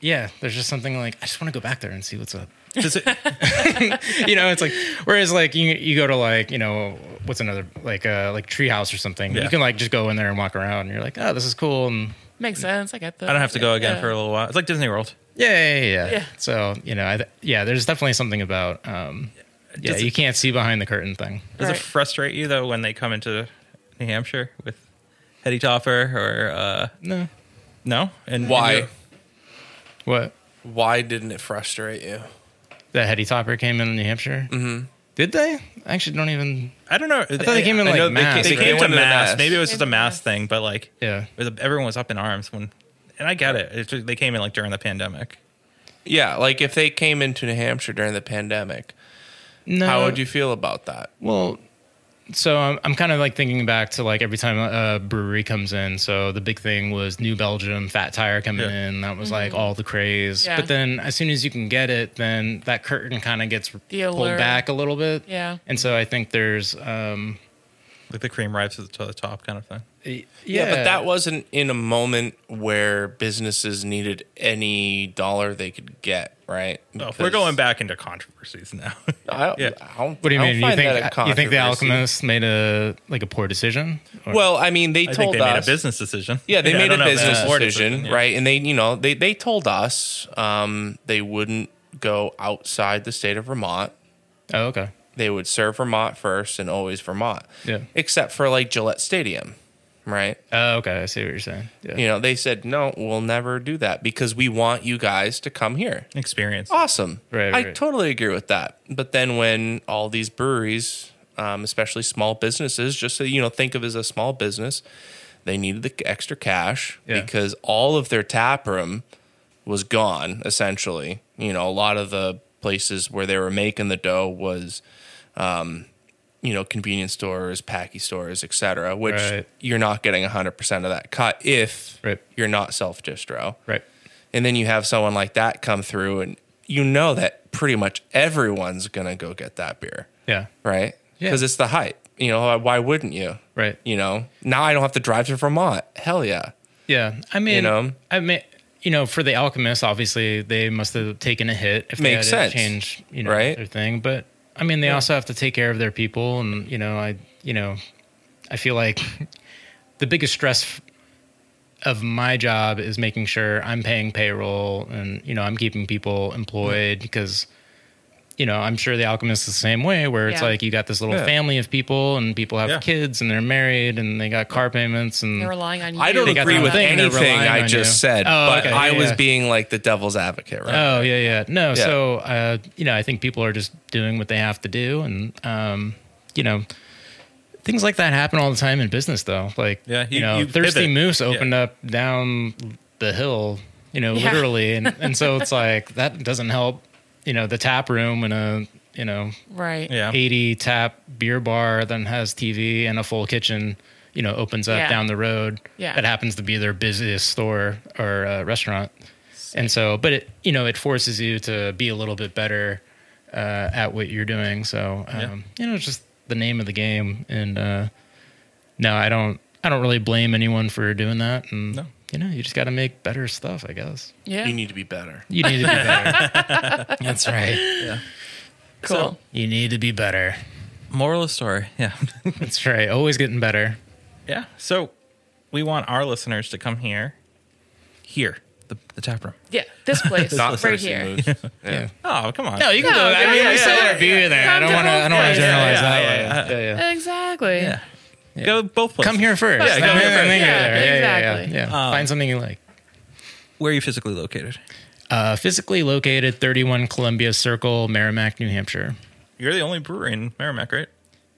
D: yeah, there's just something like I just want to go back there and see what's up.
G: Does it-
D: You know, it's like whereas like you you go to like you know what's another like uh like treehouse or something.
G: Yeah.
D: You can like just go in there and walk around and you're like oh this is cool and
B: Makes sense. I get that.
G: mm, I don't have to go again
B: Yeah.
G: for a little while. It's like Disney World.
D: yeah yeah yeah.
B: Yeah.
D: So you know I th- yeah there's definitely something about um yeah
G: Does it-
D: you can't see behind the curtain thing.
G: Does
B: Right.
G: it frustrate you though when they come into New Hampshire with Hetty Topper or uh,
D: No
G: no? And
C: Why?
D: what
C: Why didn't it frustrate you?
D: the heady topper came in New Hampshire. Mm-hmm. Did they? I actually don't even.
G: I don't know. I thought
D: they came in, like, mass,
G: They,
D: right?
G: came
C: They
G: to
C: went to the
G: mass.
C: mass.
G: Maybe it was just a
B: Came to
G: mass
B: mass.
G: thing, but like
D: Yeah.
G: it was- everyone was up in arms when, and I get it. It's just- they came in like during the pandemic.
C: Yeah, like if they came into New Hampshire during the pandemic,
D: No.
C: how would you feel about that?
D: Well, so I'm, I'm kind of like thinking back to like every time a, a brewery comes in. So the big thing was New Belgium Fat Tire coming
G: Yeah.
D: in. That was like all the craze.
B: Yeah.
D: But then as soon as you can get it, then that curtain kind of gets
B: The
D: pulled
B: allure.
D: back a little bit.
B: Yeah.
D: And so I think there's um
G: Like the cream rises to the top kind of thing.
D: yeah,
C: Yeah, but that wasn't in a moment where businesses needed any dollar they could get, right?
G: Oh,
C: Because-
G: we're going back into controversies now.
C: I don't,
G: Yeah.
C: I don't,
D: What do you
C: I don't
D: mean? You
C: find
D: think
C: that a
D: you think the
C: controversy.
D: alchemist made a like a poor decision? Or-
C: Well, I mean, they
G: I
C: told
G: think they
C: us
G: made a business decision.
C: Yeah, they
G: I
C: made
G: don't
C: a
G: know if
C: business
G: that's a board
C: decision,
G: yeah.
C: right? And they, you know, they they told us um, they wouldn't go outside the state of Vermont.
D: oh okay.
C: They would serve Vermont first and always Vermont.
D: Yeah.
C: Except for like Gillette Stadium, right?
D: Oh okay. I see what you're saying. Yeah.
C: You know, they said no, we'll never do that because we want you guys to come here.
G: Experience.
C: Awesome.
D: Right,
C: I
D: right.
C: totally agree with that. But then when all these breweries, um, especially small businesses, just so you know, think of it as a small business, they needed the extra cash
D: Yeah.
C: because all of their tap room was gone essentially. You know, a lot of the places where they were making the dough was, um, you know, convenience stores, packy stores, etc. Which
D: Right.
C: you're not getting 100% of that cut if
D: Right.
C: you're not self distro
D: Right.
C: and then you have someone like that come through and you know that pretty much everyone's gonna go get that beer
D: Yeah.
C: right
D: Yeah.
C: because it's the hype you know why wouldn't you
D: Right.
C: you know now i don't have to drive to vermont hell yeah
D: Yeah, I mean,
C: know?
D: I mean, you know, for the alchemists, obviously they must have taken a hit if
C: Makes
D: they
C: sense,
D: had to change, you know,
C: right?
D: their thing. But I mean, they also have to take care of their people, and you know, I, you know, I feel like the biggest stress of my job is making sure I'm paying payroll and you know I'm keeping people employed
C: Mm-hmm.
D: because. You know, I'm sure the alchemist is the same way, where it's
B: Yeah.
D: like you got this little
G: Yeah.
D: family of people, and people have
G: Yeah.
D: kids, and they're married, and they got car payments, and
B: They're relying on you.
C: i don't
D: They got
C: agree
D: their
C: with
D: own thing, they're
C: anything
D: relying
C: i
D: on
C: just
D: you.
C: said
D: Oh,
C: but
D: okay,
C: i
D: yeah,
C: was
D: yeah.
C: being like the devil's advocate right
D: Oh yeah, yeah. No,
C: Yeah.
D: so uh, you know, I think people are just doing what they have to do, and um, you know, things like that happen all the time in business, though. Like,
G: Yeah,
D: you,
G: you-
D: know,
G: you
D: Thirsty
G: pivot.
D: Moose
G: Yeah.
D: opened up down the hill, you know,
B: Yeah.
D: literally, and and so it's like that doesn't help. You know, the tap room in a you know
B: Right.
G: Yeah.
D: eighty tap beer bar, then has TV and a full kitchen. you know opens up
B: Yeah.
D: down the road
B: Yeah.
D: that happens to be their busiest store or uh, restaurant. And so, but it you know it forces you to be a little bit better uh, at what you're doing. So um, you know, it's just the name of the game. And uh, no, I don't I don't really blame anyone for doing that. And
G: No.
D: you know, you just got to make better stuff, I guess.
B: Yeah.
C: You need to be better.
D: You need to be better. That's right.
B: cool.
G: So-
D: You need to be better.
G: Moral of the story. Yeah.
D: That's right. Always getting better.
G: yeah. So we want our listeners to come here. Here, the, the tap room.
B: yeah. This place
C: Not
B: right
C: thirsty
B: here.
C: moves. Yeah.
G: Oh, come on.
D: No, you can go. I
B: yeah,
D: mean,
B: yeah,
D: we still
B: yeah,
D: let her be there. I
B: Come
D: don't
B: to
D: want to. I don't want
B: both
D: to generalize
G: places.
D: that.
G: Yeah,
D: way. Yeah, yeah.
B: Exactly.
G: Yeah. Go both places.
D: Come here first.
G: Yeah, Um, come
D: and
G: here
D: then- and then go
G: first.
B: Yeah,
D: there. Yeah, yeah,
B: exactly.
D: yeah. yeah. Find something you like.
G: Where are you physically located?
D: Uh, physically located 31 Columbia Circle, Merrimack, New Hampshire.
G: You're the only brewery in Merrimack, right?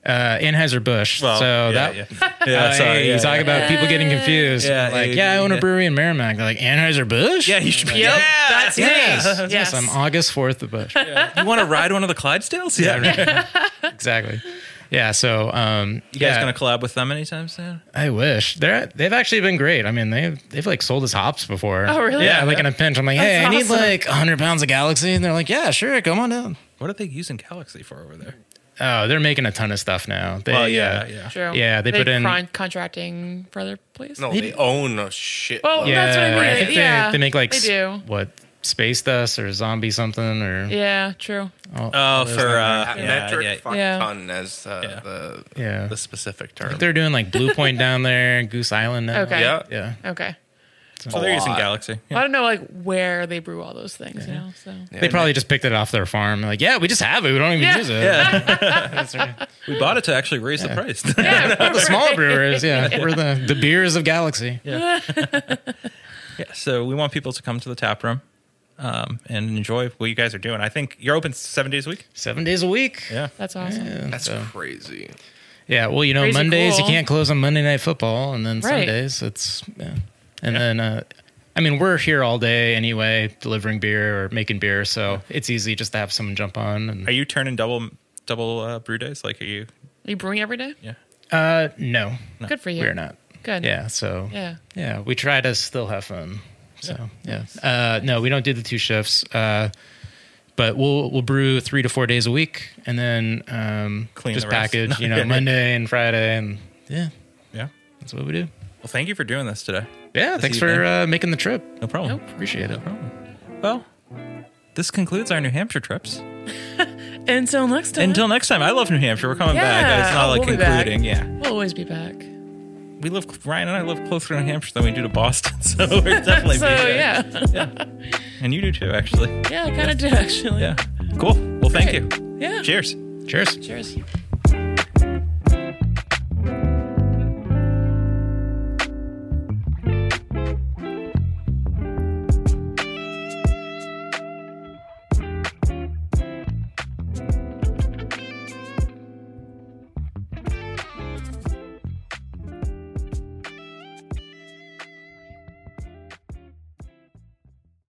D: Uh, Anheuser Busch.
G: Well,
D: so
G: yeah,
D: that.
G: yeah.
D: Uh,
G: Yeah, sorry.
D: hey, you
G: Yeah,
D: talk
G: yeah.
D: about people getting confused.
G: Yeah,
D: like, yeah,
G: yeah,
D: I own
G: yeah.
D: a brewery in Merrimack. They're like, Anheuser Busch?
G: Yeah, you should be.
B: Yep. That's me.
D: Yes.
B: Yes.
D: Yes, I'm August 4th of Bush.
G: You want to ride one of the Clydesdales? Yeah.
D: exactly. Yeah, so um
G: You guys
D: yeah,
G: gonna collab with them anytime soon?
D: I wish. They're they've actually been great. I mean, they've they've like sold us hops before.
B: Oh, really?
D: Yeah,
B: Yeah.
D: like in a pinch. I'm like, hey, I need
B: awesome.
D: like 100 pounds of Galaxy, and they're like, yeah, sure, come on down.
G: What are they using Galaxy for over there?
D: Oh, they're making a ton of stuff now. They,
G: Well,
D: yeah,
G: yeah.
B: True.
D: Yeah, they put in-
B: con- contracting for other places.
C: No, they own a shit.
B: Well,
C: load.
B: yeah. That's what I mean.
D: think they-
B: Yeah,
D: they, make like
B: they
D: s-
B: do.
D: what space dust or zombie something or
B: Yeah. True.
D: all-
G: Oh, for uh,
C: That
G: yeah,
C: metric
G: yeah.
C: fuck
B: Yeah.
C: ton as uh,
G: Yeah.
C: the
D: Yeah.
C: the specific term.
D: they're doing like Blue Point down there, Goose Island. Now.
B: Okay.
C: yeah.
D: yeah.
B: Okay.
G: So they're using
C: lot.
G: Galaxy. Yeah.
B: I don't know like where they brew all those things. You know. So.
D: They probably just picked it off their farm. Like, yeah, we just have it. We don't even
B: Yeah.
D: use it. That's right.
G: We bought it to actually raise the price.
D: We're the small brewers. Yeah, we're the the beers of Galaxy.
G: yeah, so we want people to come to the tap room um, and enjoy what you guys are doing. I think you're open seven days a week.
D: Seven days a week.
G: Yeah.
B: That's awesome.
C: That's
D: so-
C: crazy.
D: yeah. Well, you know,
B: Crazy
D: Mondays
B: cool.
D: you can't close on Monday Night Football, and then
B: Right.
D: Sundays it's yeah, and then. uh I mean, we're here all day anyway, delivering beer or making beer, so it's easy just to have someone jump on. And
G: Are you turning double double uh, brew days? Like, are you?
B: You brewing every day.
D: Uh, no,
B: Good for you.
D: we're not.
B: Good.
D: Yeah, so
B: Yeah.
D: yeah, we try to still have fun. So yeah, uh, no, we don't do the two shifts, uh, but we'll we'll brew three to four days a week, and then um,
G: Clean
D: just
G: the rest.
D: package, you know,
G: Yeah.
D: Monday and Friday, and yeah,
G: Yeah.
D: that's what we do.
G: Well, thank you for doing this today.
D: Yeah,
G: This
D: thanks
G: evening.
D: for uh, making the trip.
G: No problem.
D: Appreciate it.
G: Well, this concludes our New Hampshire trips.
B: Until next time.
G: Until next time, I love New Hampshire. We're coming back.
B: Yeah.
G: It's not
B: Oh,
G: like
B: we'll be back.
G: concluding. Yeah.
B: We'll always be back.
G: we live Ryan and I live closer to New Hampshire than we do to Boston, so we're definitely
B: So
G: being there.
B: yeah.
G: and you do too, actually.
B: Yeah, I kind of do actually.
G: Yeah, cool. Well, thank
B: Great.
G: you.
B: Yeah.
G: Cheers.
D: Cheers.
B: Cheers.